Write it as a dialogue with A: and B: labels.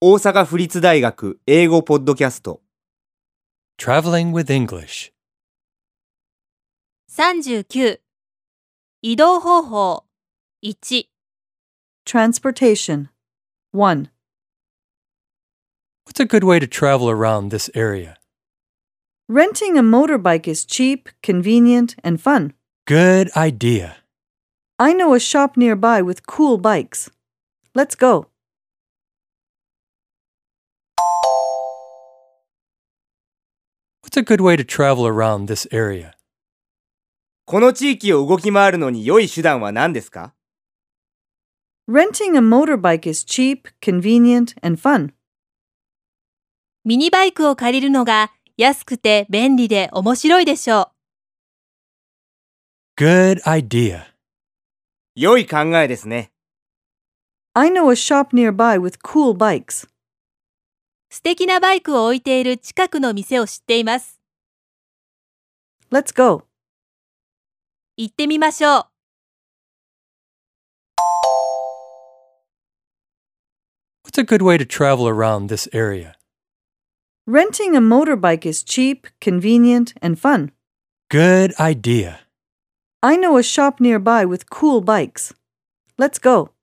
A: 大阪府立大学英語ポッドキャスト
B: Traveling with English.
C: 39移動方法1
D: Transportation. 1.
B: What's a good way to travel around this area?
D: Renting a motorbike is cheap, convenient, and fun.
B: Good idea.
D: I know a shop nearby with cool bikes. Let's go.
B: 'What's a good way to travel around this area?
A: この地域を動き回るのに良い手段は何ですか
D: Renting a motorbike is cheap, convenient, and fun.
C: ミニバイクを借りるのが安くて便利で面白いでしょう。
B: Good idea.
A: 良い考えですね
D: I know a shop nearby with cool bikes.
C: 素敵なバイクを置いている近くの店を知っています。
D: Let's go.
C: 行ってみましょう。
B: What's a good way to travel around this area?
D: Renting a motorbike is cheap, convenient, and fun.
B: Good idea.
D: I know a shop nearby with cool bikes. Let's go.